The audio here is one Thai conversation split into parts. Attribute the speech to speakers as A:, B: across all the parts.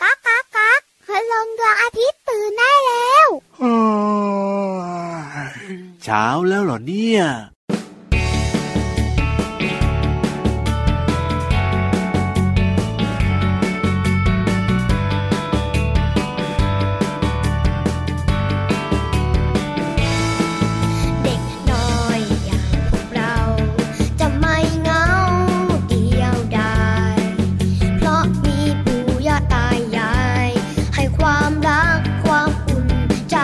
A: ก๊ากก๊ากก๊ากพลงดวงอาทิตย์ตื่นได้แล้ว
B: เช้าแล้วเหรอเนี่ย
C: เด็กน้อยอย่างพวกเรา จะไม่เหงาเดียวดายเพราะมีปู่ย่าตายาย ให้ความรักความอุ่นใจ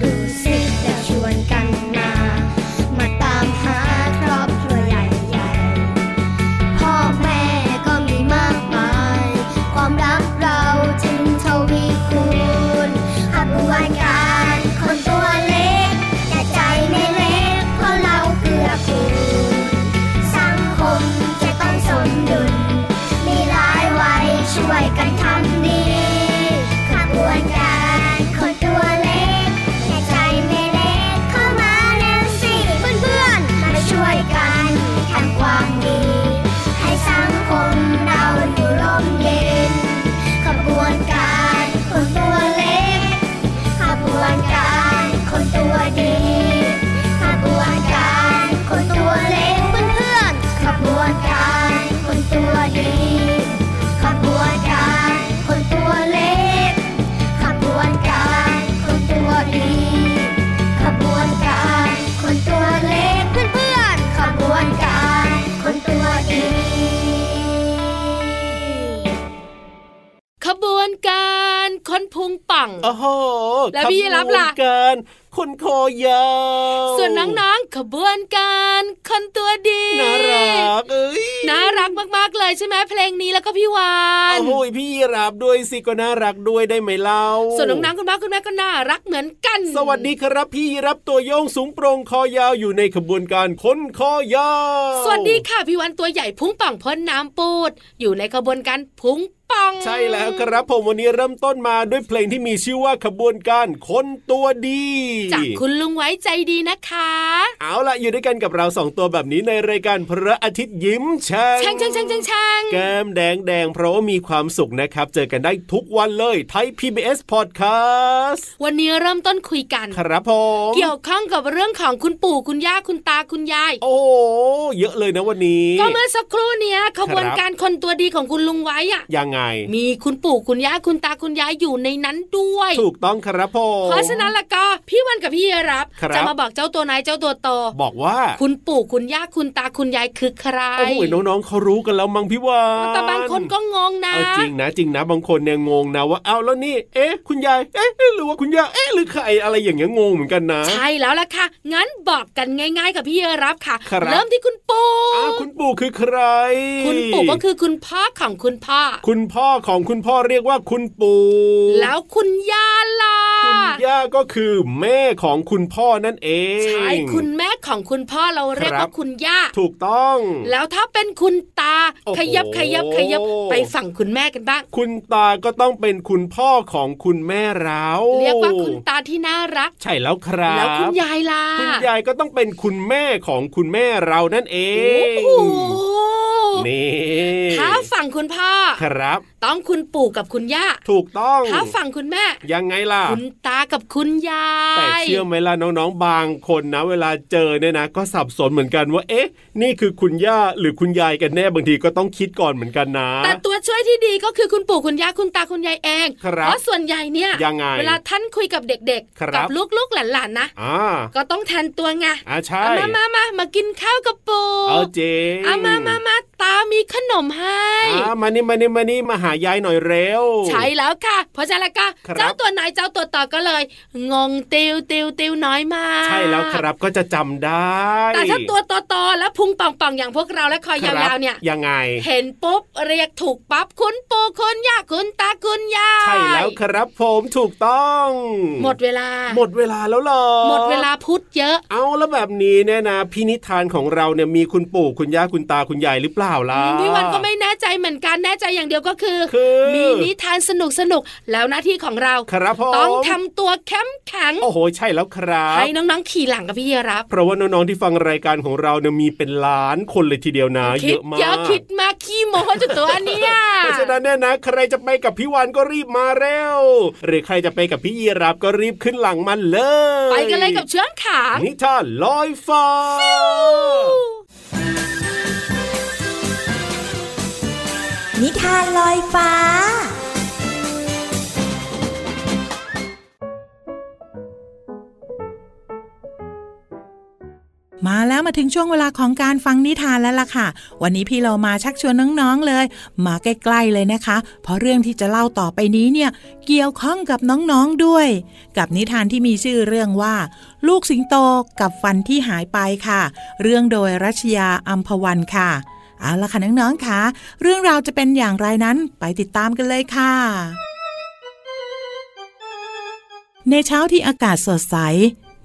C: ดูสิจะชวนกันมา มาตามหาครอบครัวใหญ่ๆ พ่อแม่ก็มีมากมาย ความรักเราจึงทวีคูณขบวนการคนตัวเล็ก แต่ใจไม่เล็กเพราะเราเกือกูลสังคมจะต้องสมดุล มีหลายวัยช่วยกันทำดีขบวนการคนตัวเล็ก แต่ใจไม่เล็กเข้ามาแล้วสิเพื่อนๆมาช่วยกันทำความดี ให้สังคมเราอยู่ร่มเย็น ขบวนการคนตัวเล็ก ขบวนการคนตัวดี ขบวนการคนตัวเล็กเพื่อนๆขบวนการคนตัวดี ขบวนการคนตัวเล็ก ขบวนการคนตัวดี ขบวนการคนตัวเล็กเพื่อนๆขบวนการคนตัวดี
D: ขบวนการค้นพุงป่อง
E: โอ้โห
D: แล้วพี่ยีรับล่ะ
E: ขบวนการคนคอยาว
D: ส่วนน้องๆขบวนการคนตัวดี
E: น่ารักเอ้ย
D: น่ารักมากๆเลยใช่ไหมเพลงนี้แล้วก็พี่วาน
E: โอ้โหพี่ยีรับด้วยสิก็น่ารักด้วยได้ไหมเล่า
D: ส่วนน้องๆคุณพ่อคุณแม่ก็น่ารักเหมือนกัน
E: สวัสดีครับพี่ยีรับตัวโยงสูงโปรงคอยาวอยู่ในขบวนการคนคอยาว
D: สวัสดีค่ะพี่วันตัวใหญ่พุงป่องพ้นน้ำปูด อยู่ในขบวนการพุงป่อง
E: ใช่แล้วครับผมวันนี้เริ่มต้นมาด้วยเพลงที่มีชื่อว่าขบวนการคนตัวดี
D: จากคุณลุงไว้ใจดีนะคะ
E: เอาล่ะอยู่ด้วยกันกับเราสองตัวแบบนี้ในรายการพระอาทิตย์ยิ้มแฉ่ง
D: แช่งแช่งแช่งแช่งแช่ง
E: แก้มแดงแดงเพราะว่ามีความสุขนะครับ เจอกันได้ทุกวันเลยไทย PBS Podcast
D: วันนี้เริ่มต้นคุยกัน
E: ครับผม
D: เกี่ยวข้องกับเรื่องของคุณปู่คุณย่าคุณตาคุณยาย
E: โอ้โหเยอะเลยนะวันนี้
D: ก็เมื่อสักครู่เนี้ยขบวน
E: ครับ
D: การคนตัวดีของคุณลุงไว้อะ
E: ยังไง
D: มีคุณปู่คุณย่าคุณตาคุณยายอยู่ในนั้นด้วย
E: ถูกต้องครับผม
D: เพราะฉะนั้นและก็พี่วันกับพี่รับ
E: ครับ
D: จะมาบอกเจ้าตัวนายเจ้าตัวโต
E: บอกว่า
D: คุณปู่คุณย่าคุณตาคุณยายคือใคร
E: โอ้โหน้องๆเขารู้กันแล้วมั้งพี่วาน
D: แต่บางคนก็งงนะ
E: เอาจริงนะจริงนะ บางคนเนี่ยงงนะว่าเอาแล้วนี่เอ๊ะ คุณยายเอ๊ะหรือว่าคุณย่าเอ๊ะหรือใครอะไรอย่างเงี้ยงงเหมือนกันนะ
D: ใช่แล้วล่ะค่ะ งั้นบอกกันง่าย ๆ กับพี่รับค่ะ
E: ครับ
D: เริ่มที่คุณปู่
E: อ้าวคุณปู่คือใคร
D: คุณปู่ก็คือคุณพ่อของคุณพ่อ
E: คุณพ่อของคุณพ่อเรียกว่าคุณปู่
D: แล้วคุณย่าล่ะ
E: คุณย่าก็คือแม่ของคุณพ่อนั่นเอง
D: ใช่คุณแม่ของคุณพ่อเราเรียกว่าคุณย่า
E: ถูกต้อง
D: แล้วถ้าเป็นคุณตา
E: โอ้โห
D: ขยับขยับขยับไปฝั่งคุณแม่กันบ้าง
E: คุณตาก็ต้องเป็นคุณพ่อของคุณแม่เรา
D: เรียกว่าคุณตาที่น่ารัก
E: ใช่แล้วครับ
D: แล้วคุณยายล่ะ
E: คุณยายก็ต้องเป็นคุณแม่ของคุณแม่เรานั่นเอ
D: โอ้
E: ง
D: โห
E: นี่
D: ถ้าฝั่งคุณพ่อ
E: ครับ
D: ต้องคุณปู่กับคุณย่า
E: ถูกต้อง
D: ถ้าฝั่งคุณแม่
E: ยังไงล่ะ
D: คุณตากับคุณยา
E: แต่
D: ย
E: เชื่อไหมล่ะน้องๆบางคนนะ เวลาเจอเนี่ยนะ ก็สับสนเหมือนกันว่า เอ๊ะ นี่คือคุณย่าหรือคุณยายกันแน่บางทีก็ต้องคิดก่อนเหมือนกันนะ
D: แต่ตัวช่วยที่ดีก็คือคุณปู่คุณย่าคุณตาคุณยายเอง
E: ครับ
D: เพราะส่วนใหญ่เนี่ย
E: ยังไง
D: เวลาท่านคุยกับเด็ก
E: ครับ
D: ๆ กัลูกๆหลานๆนะ
E: อ่า
D: ก็ต้องแทนตัวไง
E: อ่าใช่
D: เอามามามามากินข้าวกับปู่
E: เอาเจง
D: อามามามาตามีขนมให้
E: อ่ามานี่มานี่มานี่มาหายายหน่อยเร็ว
D: ใช่แล้วค่ะ เพราะฉะนั้นแล้วก็
E: ครับ
D: เจ้าตัวนายเจ้าตัวต่อก็เลย งงติวติวติวน้อยมาก
E: ใช่แล้วครับก็จะจำได้
D: แต่ถ้าตัวต่อๆแล้วพุงป่องๆอย่างพวกเราและคอ
E: ค
D: ยา
E: รับ
D: วๆเนี่ย
E: ยังไง
D: เห็นปุ๊บเรียกถูกปั๊บคุณปู่คุณย่าคุณตาคุณยาย
E: ใช่แล้วครับผมถูกต้อง
D: หมดเวลา
E: หมดเวลาแล้วเหรอ
D: หมดเวลาพูดเยอะ
E: เอาแล้วแบบนี้เนี่ยนะพินิธานของเราเนี่ยมีคุณปู่คุณย่าคุณตาคุณยายหรือเปล่าล่ะ
D: พี่วันก็ไม่แน่ใจ เหมือนกันแน่ใจอย่างเดียวก็คือ
E: คือ
D: มีนิทานสนุกสนุกๆแล้วหน้าที่ของเรา
E: ครับผม
D: ต้องทำตัวเข้มแข็ง
E: โอ้โหใช่แล้วครับ
D: ให้น้องๆขี่หลังกับพี่ยีรับ
E: เพราะว่าน้องๆที่ฟังรายการของเราเนี่ยมีเป็นล้านคนเลยทีเดียวนะ
D: คิ
E: เย
D: ด
E: อะมาก
D: เยอะคิดมากขี้โม้จุดตัวเนี้ย
E: เพราะฉะนั้นเนี่ยนะ ใครจะไปกับพี่วานก็รีบมาเร็ว หรือใครจะไปกับพี่ยีรับก็รีบขึ้นหลังมันเลย
D: ไปกันเลยกับเชื้องขาง
E: นิทานลอยฟ้า
F: นิทานลอยฟ้า
G: มาแล้วมาถึงช่วงเวลาของการฟังนิทานแล้วล่ะค่ะ วันนี้พี่เรามาชักชวนน้องๆเลย มาใกล้ๆเลยนะคะ เพราะเรื่องที่จะเล่าต่อไปนี้เนี่ยเกี่ยวข้องกับน้องๆด้วย กับนิทานที่มีชื่อเรื่องว่า ลูกสิงโตกับฟันที่หายไปค่ะ เรื่องโดยรัชยาอัมพวันค่ะเอาละค่ะน้องๆค่ะเรื่องราวจะเป็นอย่างไรนั้นไปติดตามกันเลยค่ะ ในเช้าที่อากาศสดใส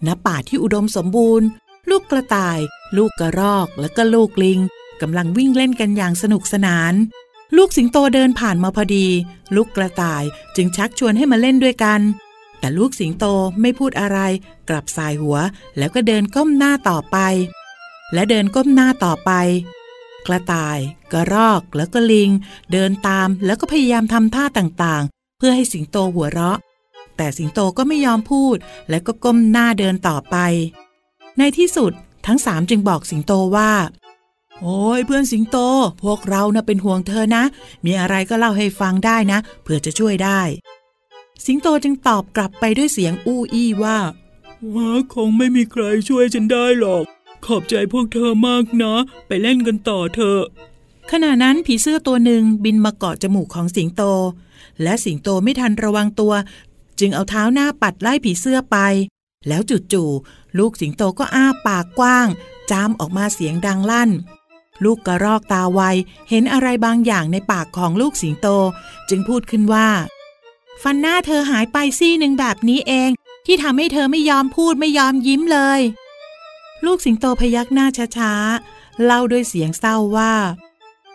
G: ณ ป่าที่อุดมสมบูรณ์ ลูกกระต่าย ลูกกระรอก และก็ลูกลิงกำลังวิ่งเล่นกันอย่างสนุกสนาน ลูกสิงโตเดินผ่านมาพอดี ลูกกระต่ายจึงชักชวนให้มาเล่นด้วยกัน แต่ลูกสิงโตไม่พูดอะไร กลับสายหัว แล้วก็เดินก้มหน้าต่อไป และเดินก้มหน้าต่อไป กระต่าย กระรอกแล้วก็ลิง เดินตามแล้วก็พยายามทำท่าต่างๆ เพื่อให้สิงโตหัวเราะ แต่สิงโตก็ไม่ยอมพูด และก็ก้มหน้าเดินต่อไป ในที่สุดทั้งสามจึงบอกสิงโตว่า โอ้ยเพื่อนสิงโต พวกเรานะ่ะเป็นห่วงเธอนะ มีอะไรก็เล่าให้ฟังได้นะ เพื่อจะช่วยได้ สิงโตจึงตอบกลับไปด้วยเสียงอู้อี้ว่า
H: ว้าคงไม่มีใครช่วยฉันได้หรอก ขอบใจพวกเธอมากนะ ไปเล่นกันต่อเถอะ
G: ขณะนั้นผีเสื้อตัวหนึ่งบินมาเกาะจมูกของสิงโต และสิงโตไม่ทันระวังตัว จึงเอาเท้าหน้าปัดไล่ผีเสื้อไป แล้วจู่ๆลูกสิงโตก็อ้าปากกว้าง จามออกมาเสียงดังลั่น ลูกกระรอกตาไว เห็นอะไรบางอย่างในปากของลูกสิงโต จึงพูดขึ้นว่า ฟันหน้าเธอหายไปซี่หนึ่งแบบนี้เอง ที่ทำให้เธอไม่ยอมพูดไม่ยอมยิ้มเลย ลูกสิงโตพยักหน้าช้าๆเล่าด้วยเสียงเศร้าว่า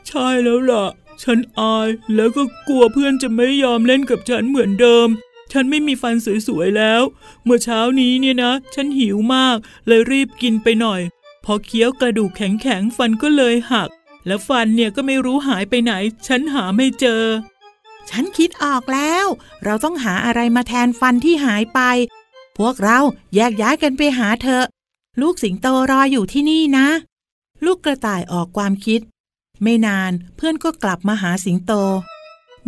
H: ใช่แล้วล่ะ ฉันอายแล้วก็กลัวเพื่อนจะไม่ยอมเล่นกับฉันเหมือนเดิม ฉันไม่มีฟันสวยๆแล้ว เมื่อเช้านี้เนี่ยนะ ฉันหิวมาก เลยรีบกินไปหน่อย พอเคี้ยวกระดูกแข็งๆฟันก็เลยหัก แล้วฟันเนี่ยก็ไม่รู้หายไปไหน ฉันหาไม่เจอ
G: ฉันคิดออกแล้ว เราต้องหาอะไรมาแทนฟันที่หายไป พวกเราแยกย้ายกันไปหาเถอะ ลูกสิงโตรออยู่ที่นี่นะ ลูกกระต่ายออกความคิด ไม่นานเพื่อนก็กลับมาหาสิงโต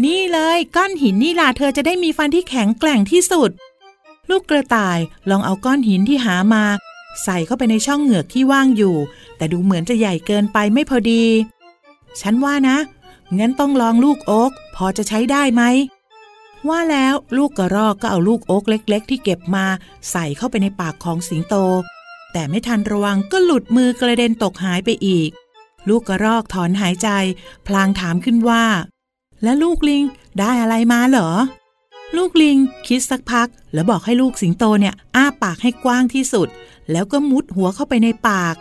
G: นี่เลยก้อนหินนี่ล่ะเธอจะได้มีฟันที่แข็งแกร่งที่สุด ลูกกระต่ายลองเอาก้อนหินที่หามา ใส่เข้าไปในช่องเหงือกที่ว่างอยู่ แต่ดูเหมือนจะใหญ่เกินไปไม่พอดี ฉันว่านะ งั้นต้องลองลูกโอ๊กพอจะใช้ได้ไหม ว่าแล้วลูกกระรอกก็เอาลูกโอ๊กเล็ก ๆ ที่เก็บมาใส่เข้าไปในปากของสิงโต แต่ไม่ทันระวังก็หลุดมือกระเด็นตกหายไปอีก ลูกกระรอกถอนหายใจ พลางถามขึ้นว่า และลูกลิงได้อะไรมาเหรอ ลูกลิงคิดสักพัก แล้วบอกให้ลูกสิงโตเนี่ย อ้าปากให้กว้างที่สุด แล้วก็มุดหัวเข้าไปในปาก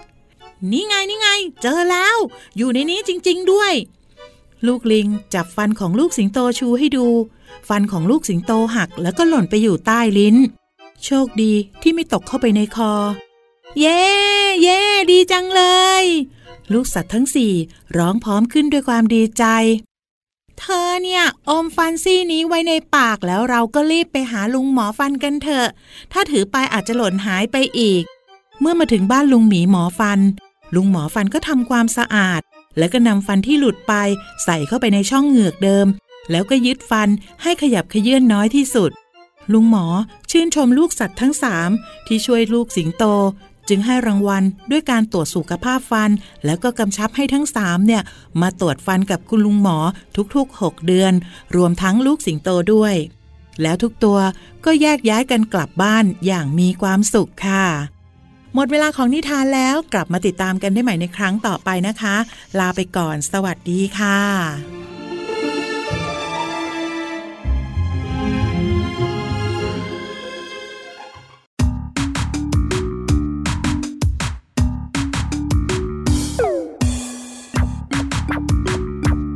G: นี่ไงนี่ไง เจอแล้ว อยู่ในนี้จริง ๆ ด้วย ลูกลิงจับฟันของลูกสิงโตชูให้ดู ฟันของลูกสิงโตหักแล้วก็หล่นไปอยู่ใต้ลิ้น โชคดีที่ไม่ตกเข้าไปในคอ เย่เย่ดีจังเลย ลูกสัตว์ทั้งสี่ร้องพร้อมขึ้นด้วยความดีใจ เธอเนี่ย อมฟันซี่นี้ไว้ในปากแล้วเราก็รีบไปหาลุงหมอฟันกันเถอะ ถ้าถือไปอาจจะหล่นหายไปอีก เมื่อมาถึงบ้านลุงหมีหมอฟัน ลุงหมอฟันก็ทำความสะอาด แล้วก็นำฟันที่หลุดไป ใส่เข้าไปในช่องเหงือกเดิม แล้วก็ยึดฟันให้ขยับเขยื่นน้อยที่สุด ลุงหมอชื่นชมลูกสัตว์ทั้งสามที่ช่วยลูกสิงโต จึงให้รางวัลด้วยการตรวจสุขภาพฟัน แล้วก็กำชับให้ทั้งสามเนี่ย มาตรวจฟันกับคุณลุงหมอทุกๆ 6 เดือน รวมทั้งลูกสิงโตด้วย แล้วทุกตัวก็แยกย้ายกันกลับบ้านอย่างมีความสุขค่ะ หมดเวลาของนิทานแล้วกลับมาติดตามกันได้ใหม่ในครั้งต่อไปนะคะ ลาไปก่อนสวัสดีค่ะ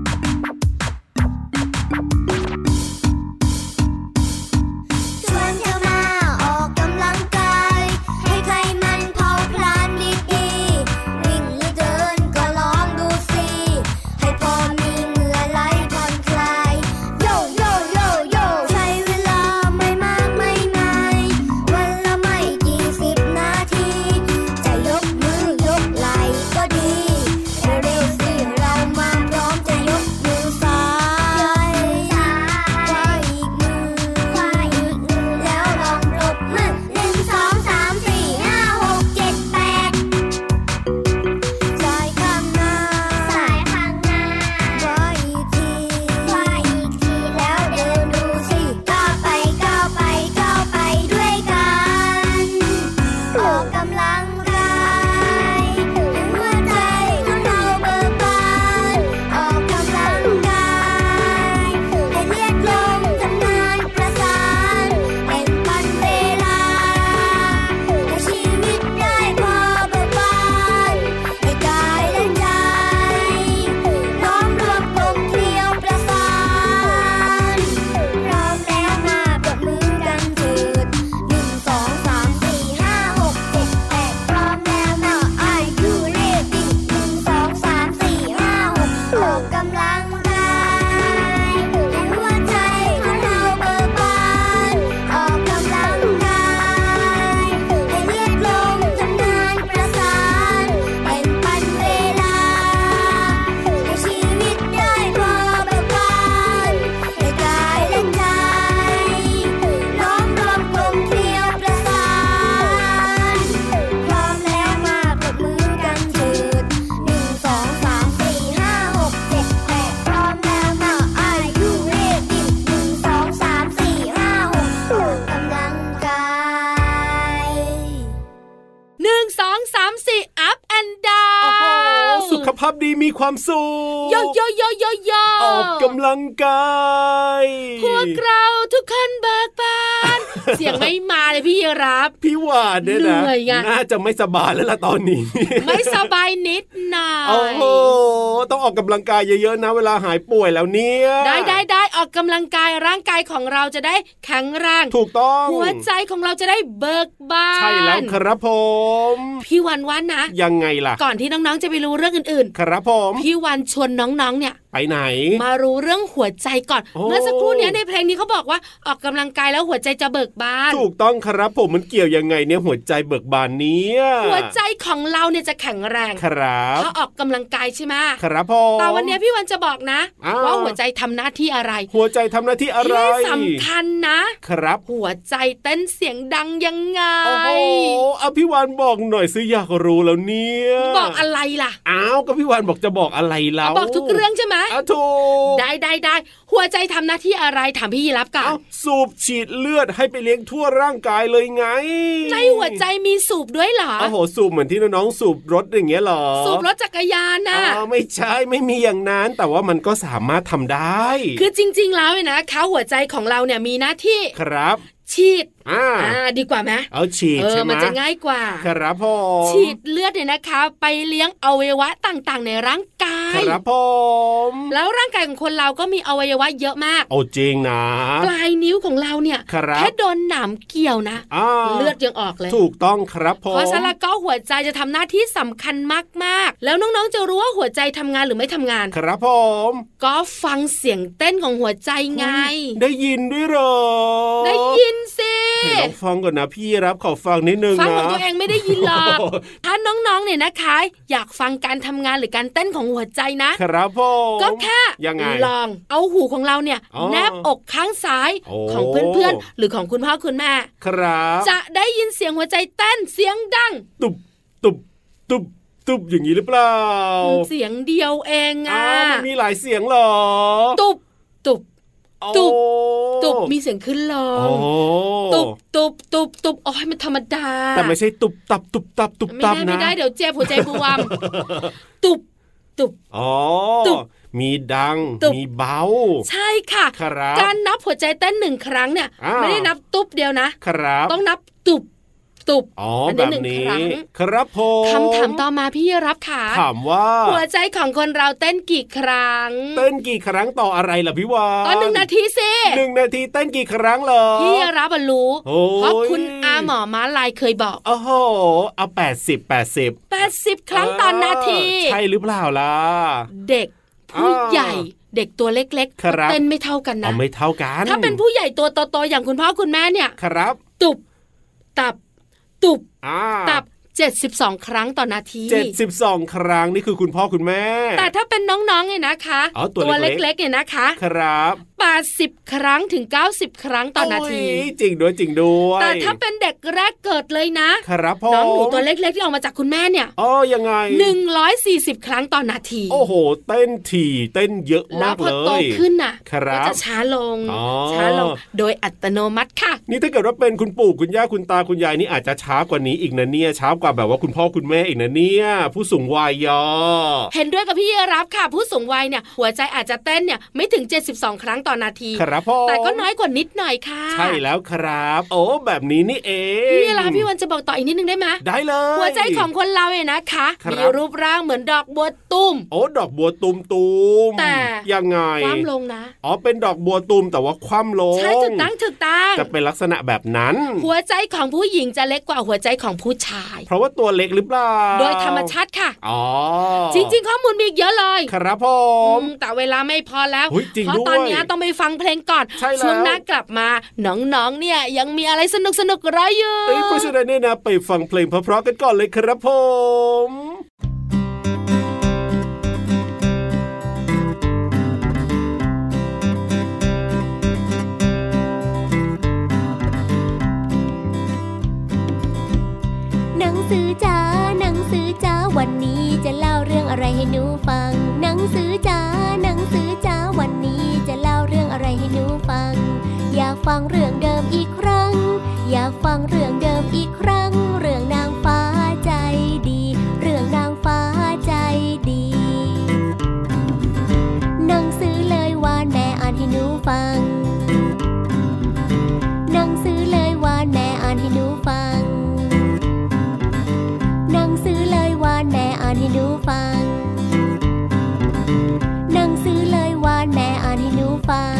A: อ
C: ำลังกายให้หัวใจของเราเบิกบานออกกำลังกายให้เลือดลมทำงานประสานเป็นปันเวลา ให้ชีวิตได้พอเบิกบานในกายและใจล้อมรอบกลมเกลียวประสาน พร้อมแล้วมาปรบมือกันเถิดหนึ่งสองสามสี่ห้าหกเจ็ดแปดพร้อมแล้วมาอายุเรดิหนึ่งสองสามสี่ห้าหกออกกำลังกาย
D: หนึ่งสองสามสี่ up and
E: โอ้โห
D: down
E: สุขภาพดีมีความสุข
D: โยโยโยโยโย
E: ออกกำลังกาย
D: พวกเราทุกคนเบิกบาน เสียงไม่มาเลยพี่รับ
E: พี่วานเนี่ยนะ
D: เหนื่อยไง
E: น่าจะไม่สบายแล้วล่ะตอนนี้
D: ไม่สบายนิดหน่อ
E: โอ้
D: ย
E: โหต้องออกกำลังกายเยอะๆนะ เวลาหายป่วยแล้วเนี่ย
D: ได้ได้ได้ออกกำลังกายร่างกายของเราจะได้แข็งแรง
E: ถูกต้อง
D: หัวใจของเราจะได้เบิกบาน
E: ใช่แล้วครับผม
D: พี่วันวันนะ
E: ยังไงล่ะ
D: ก่อนที่น้องๆจะไปรู้เรื่องอื่น
E: ครับผม
D: ๆ พี่วันชวนน้องๆเนี่ย
E: ไปไหน
D: มารู้เรื่องหัวใจก่อน
E: โอ้
D: เมื่อสักครู่เนี้ยในเพลงนี้เขาบอกว่าออกกำลังกายแล้วหัวใจจะเบิกบาน
E: ถูกต้องครับผมมันเกี่ยวยังไงเนี่ยหัวใจเบิกบานเนี่ย
D: หัวใจของเราเนี่ยจะแข็งแรง
E: ครับ
D: ถ้าออกกำลังกายใช่ไหม
E: ครับผม
D: แต่วันเนี้ยพี่วันจะบอกนะ
E: อ้าว
D: ว่าหัวใจทำหน้าที่อะไร
E: หัวใจทำหน้าที่อะไร
D: ที่สำคัญนะ
E: ครับ
D: หัวใจเต้นเสียงดังยังไง
E: โอ้โหอภิวานบอกหน่อยสิอยากรู้แล้วเนี่ย
D: บอกอะไรล่ะ
E: อ้าวก็พี่วานบอกจะบอกอะไรแล้ว
D: บอกทุกเรื่องใช่ไหม
E: อ้าวโถ
D: ได้ได้ได้หัวใจทำหน้าที่อะไรถามพี่ยีรับก่อน
E: เอ้าสูบฉีดเลือดให้ไปเลี้ยงทั่วร่างกายเลยไง
D: ในหัวใจมีสูบด้วยเหรอ
E: โอ้โหสูบเหมือนที่น้องๆสูบรถอย่างเงี้ยเหรอ
D: สูบรถจักรยาน
E: อ๋
D: นะ
E: อไม่ใช่ไม่มีอย่างนั้น แต่ว่ามันก็สามารถทำได้
D: คือจริง ๆ แล้วเนี่ยนะคะหัวใจของเราเนี่ยมีหน้าที่
E: ครับ
D: ฉีด
E: อ่า
D: อ่าดีกว่าไหม
E: เอาฉีด
D: เอ
E: ใช่
D: อ
E: ไหม
D: มันจะง่ายกว่า
E: ครับพ่อ
D: ฉีดเลือดเนี่ยนะคะ ไปเลี้ยงอวัยวะต่างๆ ในร่างกา
E: ค
D: ย
E: รับผม
D: แล้วร่างกายของคนเราก็มีอวัยวะเยอะมาก
E: เอาจริงนะ
D: ปลายนิ้วของเราเนี่ย
E: ครับ
D: แค่โดนหนามเกี่ยวนะ
E: อ่า
D: เลือดยังออกเลย
E: ถูกต้องครับผม
D: เพราะฉะนั้นก็หัวใจจะทำหน้าที่สำคัญมากๆ แล้วน้องๆจะรู้ว่าหัวใจทำงานหรือไม่ทำงาน
E: ครับผม
D: ก็ฟังเสียงเต้นของหัวใจไง
E: ได้ยินด้วยเหรอ
D: ได้ยินสิ
E: เดี๋ยวลองฟังก่อนนะพี่รับขอฟังนิดนึงนะ
D: ฟังของตัวเองไม่ได้ยินหรอก
E: โอ้โห
D: ถ้าน้องๆเนี่ยนะคะ อยากฟังการทำงานหรือการเต้นของหัวใจนะ
E: ครับผม
D: ก็แค่
E: ยังไง
D: ลองเอาหูของเราเนี่ย
E: อ๋อ
D: แนบอกข้างซ้าย
E: โอ้
D: ของเพื่อนๆหรือของคุณพ่อคุณแม่
E: ครับ
D: จะได้ยินเสียงหัวใจเต้นเสียงดัง
E: ตุบตุบตุบตุบอย่างนี้หรือเปล่า
D: เสียงเดียวเอง
E: อ้า
D: อะ
E: วมันมีหลายเสียงเหรอ
D: ตุบตุบ ตุบ
E: โอ้
D: ตุบมีเสียงขึ้นลอ
E: โอ้
D: ง ตุบตุบตุบตุบโอ้ยมันธรรมดา
E: แต่ไม่ใช่ตุบตับตุบตับตุบ
D: ไม่
E: ตับ
D: ได้ไม่
E: นะ
D: ได้เดี๋ยวเจ็บหัวใจบว ม ตุบตุบ
E: อ๋อ
D: ตุบ
E: มีดัง
D: ตุบ
E: มีเบา
D: ใช่ค่ะ
E: ครับ
D: การนับหัวใจเต้นหนึ่งครั้งเนี่ย
E: อ้าว
D: ไม่ได้นับตุบเดียวนะ
E: ครับ
D: ต้องนับตุบตุบ
E: อ๋อ
D: อั
E: แบบ
D: หนึ่ง
E: นี้
D: ครั้ง
E: ครับผม
D: คำถามต่อมาพี่รับค่ะ
E: ถามว่า
D: หัวใจของคนเราเต้นกี่ครั้ง
E: เต้นกี่ครั้งต่ออะไรล่ะพี่วาน
D: ตอนหนึ่งนาทีสิ
E: หนึ่งนาทีเต้นกี่ครั้งเหรอ
D: พี่รับอะรู้
E: โอ้ย
D: เพราะคุณอาหมอม้าลายเคยบอก
E: โอ้โหเอาแปดสิบแปดสิบ
D: 80 ครั้งต่อนนาที
E: ใช่หรือเปล่าล่ะ
D: เด็กผู้
E: อ่า
D: ใหญ่เด็กตัวเล็กๆ
E: ครับ
D: ก็เต้นไม่เท่ากัน
E: เอา
D: นะ
E: ไม่เท่ากัน
D: ถ้าเป็นผู้ใหญ่ตัวโตๆอย่างคุณพ่อคุณแม่เนี่ย
E: ครับ
D: ตุบ ตับ ตุบ
E: อ่า
D: ตับ 72 ครั้งต่อนาที
E: เจ็ดสิบสองครั้งนี่คือคุณพ่อคุณแม่
D: แต่ถ้าเป็นน้องๆเนี่ยนะคะ
E: อ๋อตัวเล็กๆ
D: กๆเนี่ยนะคะ
E: ครับ
D: 80 ครั้งถึง 90 ครั้งต่อนาที
E: โอ้ยจริงด้วยจริงด้วย
D: แต่ถ้าเป็นเด็กแรกเกิดเลยนะ
E: ครับพ่อ
D: น้องหนูตัวเล็กๆที่ออกมาจากคุณแม่เนี่ย
E: อ๋อยังไง
D: 140 ครั้งต่อนาที
E: โอ้โห เต้นถี่เต้นเยอะ
D: แล้
E: มาว ก
D: พอ
E: เลย
D: โตขึ้นน่ะ
E: ครับ
D: ก็จะช้าลง
E: อ๋อ
D: ช้าลงโดยอัตโนมัติค่ะ
E: นี่ถ้าเกิดว่าเป็นคุณปู่คุณย่าคุณตาคุณยายนี่อาจจะช้ากว่านี้อีกนะเนี่ยช้ากว่าแบบว่าคุณพ่อคุณแม่อีกนะเนี่ย ผู้สูงวัยยอ
D: เห็นด้วยกับพี่เยรับค่ะ ผู้สูงวัยเนี่ย หัวใจอาจจะเต้นเนี่ยไม่ถึง 72 ครั้ง ต่อนาที
E: ครับพ่อ
D: แต่ก็น้อยกว่านิดหน่อยค่ะ
E: ใช่แล้วครับ โอ้แบบนี้นี่เอง
D: นี่แหละค่ะพี่วันจะบอกต่ออีกนิดนึงได้ไหม
E: ได้เลย
D: หัวใจของคนเราเนี่ยนะคะ
E: ครับ
D: มีรูปร่างเหมือนดอกบัวตุ้ม
E: โอ้ดอกบัวตุมตุม
D: แต่
E: ยังไง
D: ความลงนะ
E: อ๋อเป็นดอกบัวตุมแต่ว่าคว่ำลง
D: ใช่ถูกตั้งถูกตั้ง
E: จะเป็นลักษณะแบบนั้น
D: หัวใจของผู้หญิงจะเล็กกว่าหัวใจของผู้ชาย
E: เพราะว่าตัวเล็กหรือเปล่า
D: โดยธรรมชาติค่ะ
E: อ๋อ
D: จริง ๆ ข้อมูลมีอีกเยอะเลย
E: ครับผม
D: อืมแต่เวลาไม่พอแล้ว
E: เฮ้ยจริง
D: เพราะ
E: ด้วย
D: ตอนนี้ต้องไปฟังเพลงก่อน
E: ใช่แล้ว
D: วงหน้ากลับมา น้องๆ เนี่ยยังมีอะไรสนุกสนุกๆรออยู่
E: เอ้ยเพราะฉะนั้นเนี่ยนะไปฟังเพลงเพราะๆกันก่อนเลยครับผม
C: หนังสือจ๋าหนังสือจ๋าวันนี้จะเล่าเรื่องอะไรให้หนูฟัง หนังสือจ๋าหนังสือจ๋าวันนี้จะเล่าเรื่องอะไรให้หนูฟัง อยากฟังเรื่องเดิมอีกครั้ง อยากฟังเรื่องเดิมอีกครั้ง เรื่องนางฟ้าใจดี เรื่องนางฟ้าใจดี หนังสือเลยวานแม่อ่านให้หนูฟัง หนังสือเลยวานแม่อ่านให้หนูฟัง หนังสือเลยวานแม่อ่านให้หนูฟัง หนังสือเลยวานแม่อ่านให้หนูฟัง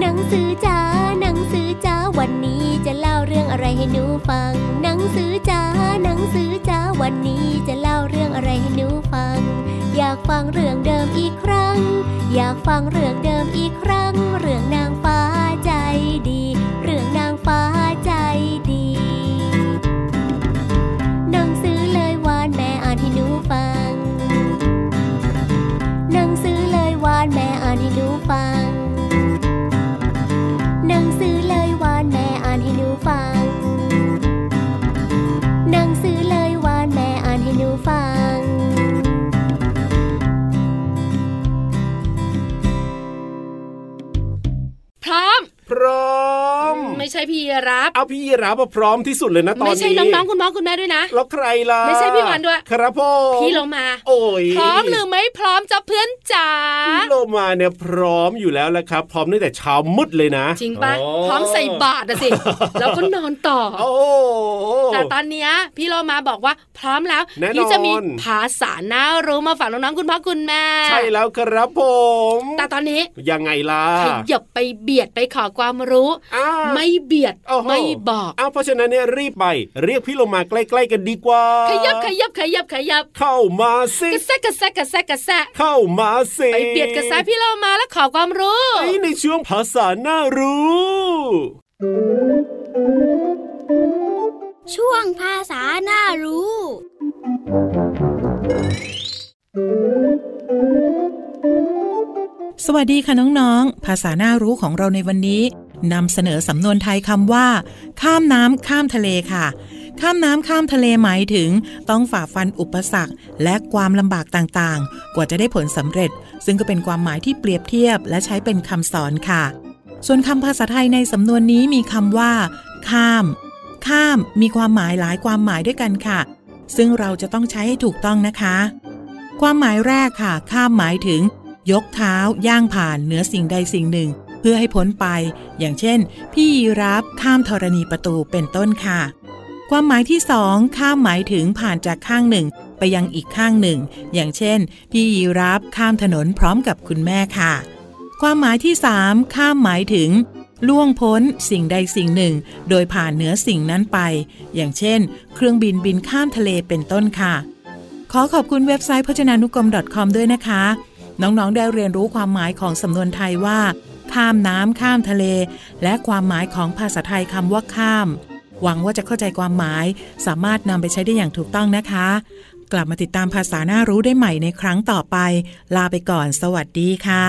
C: หนังสือจ๋า หนังสือจ๋า วันนี้จะเล่าเรื่องอะไรให้หนูฟัง หนังสือจ๋า หนังสือจ๋า วันนี้จะเล่าเรื่องอะไรให้หนูฟัง อยากฟังเรื่องเดิมอีกครั้ง อยากฟังเรื่องเดิมอีกครั้ง เรื่องนางฟ้าใจดี เรื่องนางฟ้าใจดี หนังสือเลยวานแม่อ่านให้หนูฟัง หนังสือเลยวานแม่อ่านให้หนูฟัง หนังสือเลยวานแม่อ่านให้หนูฟัง หนังสือเลยวานแม่อ่านให้หนูฟัง
D: พร้อม
E: พร้อม
D: ไม่ใช่พี่รับ
E: เอาพี่ยีราฟมาพร้อมที่สุดเลยนะตอนนี้
D: ไม่ใช่น้องๆ คุณพ่อคุณแม่ด้วยนะ
E: แล้วใครล่ะ
D: ไม่ใช่พี่หวานด้วย
E: ครับผม
D: พี่โลมา
E: โอ้ย
D: พร้อมหรือไม่พร้อมจะเพื่อนจ๋า
E: พี่โลมาเนี่ยพร้อมอยู่แล้วละครับ พร้อมตั้งแต่เช้ามืดเลยนะ
D: จริงปะ
E: โ
D: พร้อมใส่บาตรนะสิ แล้วก็นอนต่อ
E: โอ้โห
D: แต่ตอนเนี้ยพี่โลมาบอกว่าพร้อมแล้ว
E: แน่นอน
D: ที่จะมีภาษาน่ารู้มาฝากน้องๆ คุณพ่อคุณแม่
E: ใช่แล้วครับผม
D: แต่ตอนนี้
E: ยังไงล่ะ
D: ขยับไปเบียดไปขอความรู้
E: อ้าว
D: ไม่เบียด
E: โอ้โห
D: ไม่บอก
E: อ้าวเพราะฉะนั้นเนี่ยรีบไป เรียกพี่โลมาใกล้ๆกันดีกว่า
D: ขยับขยับขยับขยับ
E: เข้ามาสิ
D: กระแซะกระแซะกระแซะกระแซะ
E: เข้ามาสิ
D: ไปเบียดกระแซะพี่เรามาแล้วขอความรู้
E: เอ้ยในช่วงภาษาน่ารู้
A: ช่วงภาษาหน้ารู้
G: สวัสดีค่ะน้องๆ ภาษาน่ารู้ของเราในวันนี้นำเสนอสำนวนไทยคำว่า ข้ามน้ำข้ามทะเลค่ะ ข้ามน้ำข้ามทะเลหมายถึง ต้องฝ่าฟันอุปสรรค และความลำบากต่างๆ กว่าจะได้ผลสำเร็จ ซึ่งก็เป็นความหมายที่เปรียบเทียบและใช้เป็นคำสอนค่ะ ส่วนคำภาษาไทยในสำนวนนี้มีคำว่า ข้าม ข้ามมีความหมายหลายความหมายด้วยกันค่ะ ซึ่งเราจะต้องใช้ให้ถูกต้องนะคะ ความหมายแรกค่ะ ข้ามหมายถึง ยกเท้าย่างผ่านเหนือสิ่งใดสิ่งหนึ่ง เพื่อให้พ้นไป อย่างเช่น พี่ยีรับข้ามธรณีประตูเป็นต้นค่ะ ความหมายที่สองข้ามหมายถึงผ่านจากข้างหนึ่ง ไปยังอีกข้างหนึ่ง อย่างเช่น พี่ยีรับข้ามถนนพร้อมกับคุณแม่ค่ะ ความหมายที่สามข้ามหมายถึง ล่วงพ้นสิ่งใดสิ่งหนึ่ง โดยผ่านเหนือสิ่งนั้นไป อย่างเช่น เครื่องบินบินข้ามทะเลเป็นต้นค่ะ ขอขอบคุณเว็บไซต์พจนานุกรม .com ด้วยนะคะ น้อง ๆ ได้เรียนรู้ความหมายของสำนวนไทยว่า ข้ามน้ำข้ามทะเล และความหมายของภาษาไทยคำว่าข้าม หวังว่าจะเข้าใจความหมาย สามารถนำไปใช้ได้อย่างถูกต้องนะคะ กลับมาติดตามภาษาหน้ารู้ได้ใหม่ในครั้งต่อไป ลาไปก่อน สวัสดีค่ะ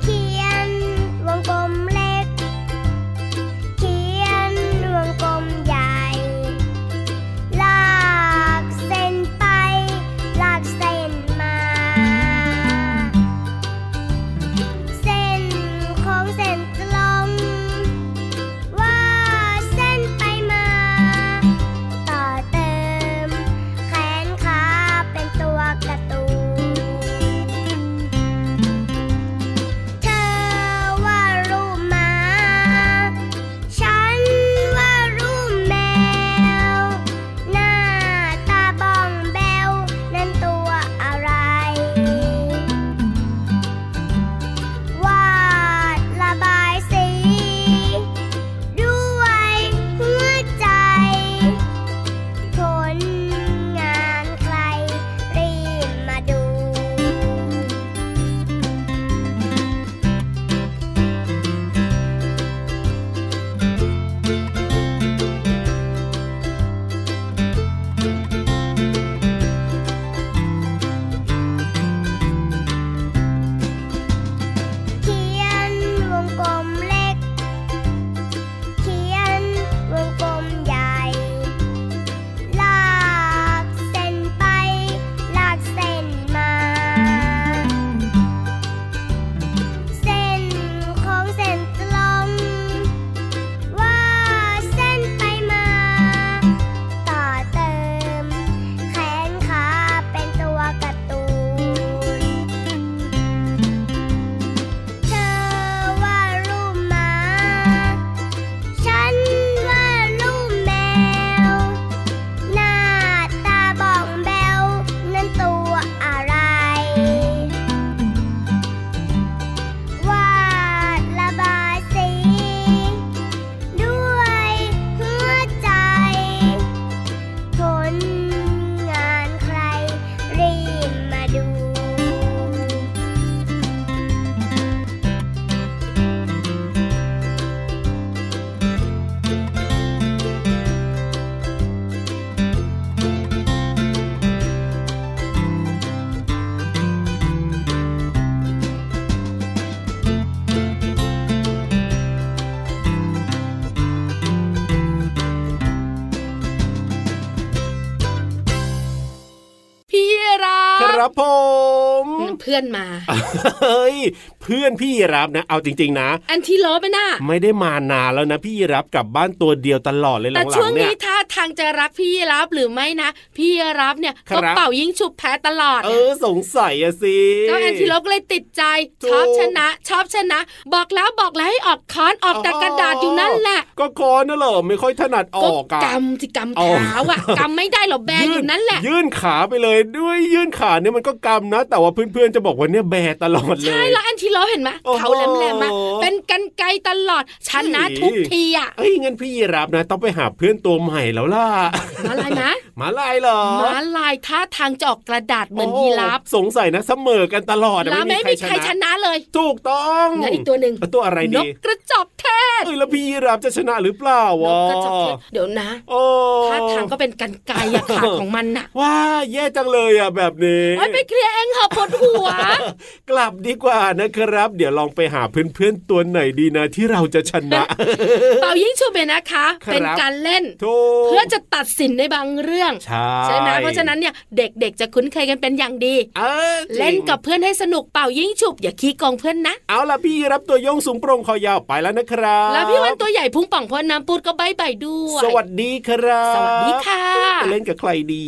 C: เขียนวง
E: ครับผม
D: เพื่อนมา
E: เฮ้ยเพื่อนพี่ยีรับนะ เอาจริง ๆ นะ
D: อันที่ล้อไปน่ะ
E: ไม่ได้มานานแล้วนะพี่ยีรับกลับบ้านตัวเดียวตลอดเลยห
D: แต่
E: ลั
D: ช่วง
E: งๆเนี่
D: นี้
E: ย
D: ท่าทางจะรักพี่รับหรือไม่นะ พี่รับเนี่ย
E: ครั
D: ก็
E: บ
D: เป่ายิงฉุบแพ้ตลอด
E: เออสงสัยอะสิ
D: เจ้าแอนทิโลปก็เลยติดใจ
E: ถูก
D: ชอบชนะ ชอบชนะ บอกแล้วบอกแล้วให้ออกค้อนออกแต่กระดาษอยู่นั่นแหละ
E: ก็คอนน่ะเหรอไม่ค่อยถนัดอ
D: ก็
E: อกอะ
D: กำสิกำ
E: อ๋อ
D: เท้าอ่ะกำไม่ได้หรอกแบนอยู่นั่นแหละ
E: ยื่นขาไปเลยด้วยยื่นขาเนี่ยมันก็กำนะ แต่ว่าเพื่อนๆจะบอกว่าเนี่ยแบะตลอดเล
D: ใช่
E: ย
D: แล้วอันที่เราเห็นไหม
E: โอ้โห
D: เขาแหลมๆมาเป็นกันไกรตลอดชนะ
E: เฮ้ย
D: ทุกทีอ่ะ
E: เอ้ยงั้นพี่ยีรับนะ ต้องไปหาเพื่อนตัวใหม่แล้วล่ะ
D: มาลายนะ
E: หมาลายเหรอ
D: มาลายท่าทางจะออกกระดาษเหมือน
E: โ
D: ยีราฟ
E: สงสัยนะเสมอกันตลอดอะ
D: แล้วไม่มีใครชนะเลย
E: ถูกต้อง
D: งั้นอีกตัวหนึ่ง
E: แล้วตัวอะไร
D: น
E: ดี
D: กกระจอกเทศ
E: เอ้ยแล้วพี่ยีรับจะชนะหรือเปล่าน วะ
D: กกระจอกเทศเดี๋ยวนะ
E: โอ้
D: ท่าทางก็เป็นกันไกรอะขาของมันน่ะ
E: ว้าแย่จังเลยอ่ะแบบนี้
D: โอ๊ยไปเคลียร์เองเหอะปวดหั ว
E: กลับดีกว่านะครับ เดี๋ยวลองไปหาเพื่อนๆตัวไหนดีนะที่เราจะชนะ
D: เป่ายิ่งชุบเนี่ยนะคะ
E: ครับ
D: เป็นการเล่น
E: ถูก
D: เพื่อจะตัดสินในบางเรื่อง
E: ใช่
D: ใช่ไหมเพราะฉะนั้นเนี่ยเด็กๆจะคุ้นเคยกันเป็นอย่างดี
E: เออจริง
D: เล่นกับเพื่อนให้สนุกเป่ายิงฉุบ อย่าขี้โกองเพื่อนนะ
E: เอาล่ะพี่รับตัวโยงสูงโปร่งคอยาวไปแล้วนะครับ
D: แล้วพี่วันตัวใหญ่พุงป่องพ่นน้ำปูดก็บายบายด้วย
E: สวัสดีครับ
D: สวัสดีค่ะ
E: ไปเล่นกับใครดี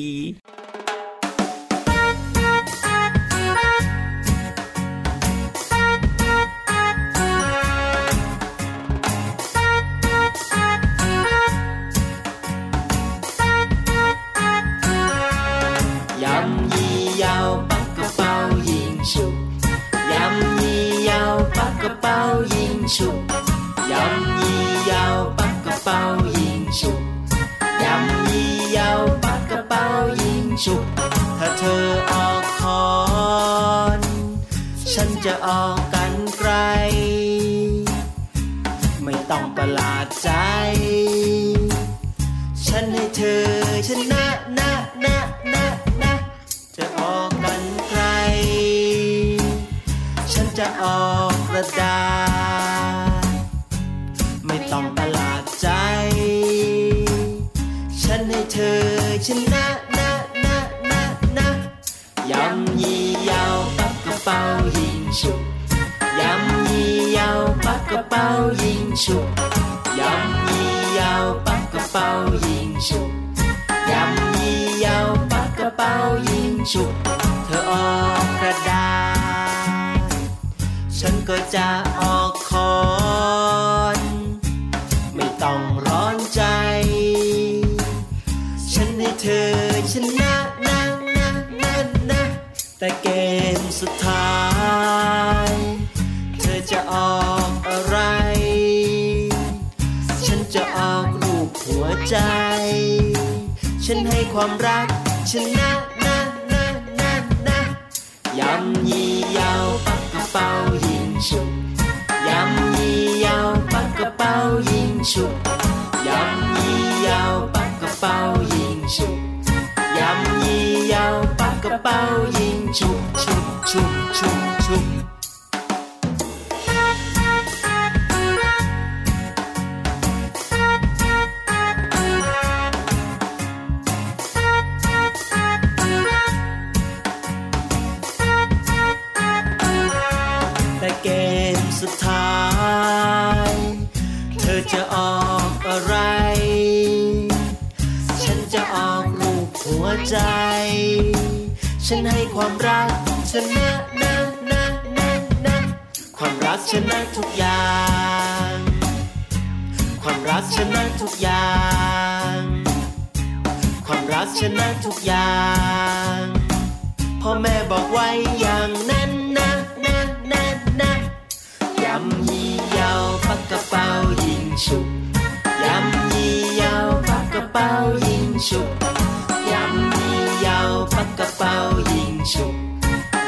I: ยำยี่ยาวปักกระเป๋ายิงฉุบยำยี่ยาวปักกระเป๋ายิงฉุบยำยี่ยาวปักกระเป๋ายิงฉุบยำยี่ยาวปักกระเป๋ายิงฉุบถ้าเธอออกคอนฉันจะออกกันไกล ไม่ต้องประหลาดใจ ฉันให้เธอชนะนะนะนะนะจะออกกันไกล ฉันจะออกกระดาษ ไม่ต้องประหลาดใจ ฉันให้เธอชนะนะนะนะนะยำยี่ยาวปักกระเป๋ายิงฉุบยำยี่ยาวปักกระเป๋ายิงฉุบยำยี่ยาวปักกระเป๋ายิงฉุบยำยี่ยาวปักกระเป๋ายิงฉุบเธอออกกระดาษ ฉันก็จะออกคอน ไม่ต้องร้อนใจ ฉันให้เธอชนะนะนะนะนะแต่เกมสุดท้าย เธอจะออกอะไร ฉันจะออกรูปหัวใจ ฉันให้ความรักชนะนะนะนะนะ ยำยี่ยาวปักกระเป๋ายิงฉุบยำยี่ยาวปักกระเป๋ายิงฉุบยำยี่ยาวปักกระเป๋ายิงฉุบยำยี่ยาวปักกระเป๋ายิงฉุบฉุบฉุบฉุบฉุบ แต่เกมสุดท้าย เธอจะออกอะไร ฉันจะออกรูปหัวใจ ฉันให้ความรักชนะนะนะนะนะความรักชนะทุกอย่าง ความรักชนะทุกอย่าง ความรักชนะทุกอย่าง พ่อแม่บอกไว้อย่างนั้นนะนะนะนะยำยี่ยาวปักกระเป๋ายิงฉุบยำยี่ยาวปักกระเป๋ายิงฉุบยำยี่ยาวปักกระเป๋ายิงฉุบ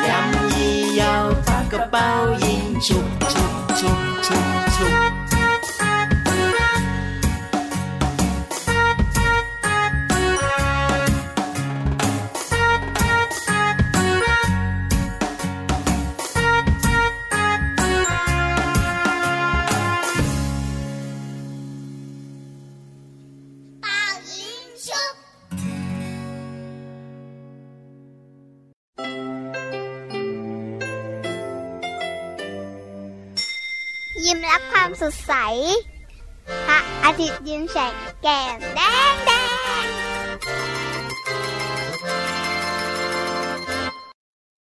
I: ยำยี่ยาวปักกระเป๋ายิงฉุบฉุบฉุบฉุบฉุบ
A: เป่ายิงชุบ
C: ยิ้มรับความสดใส พระอาทิตย์ยิ้มแฉกแก้มแดงแด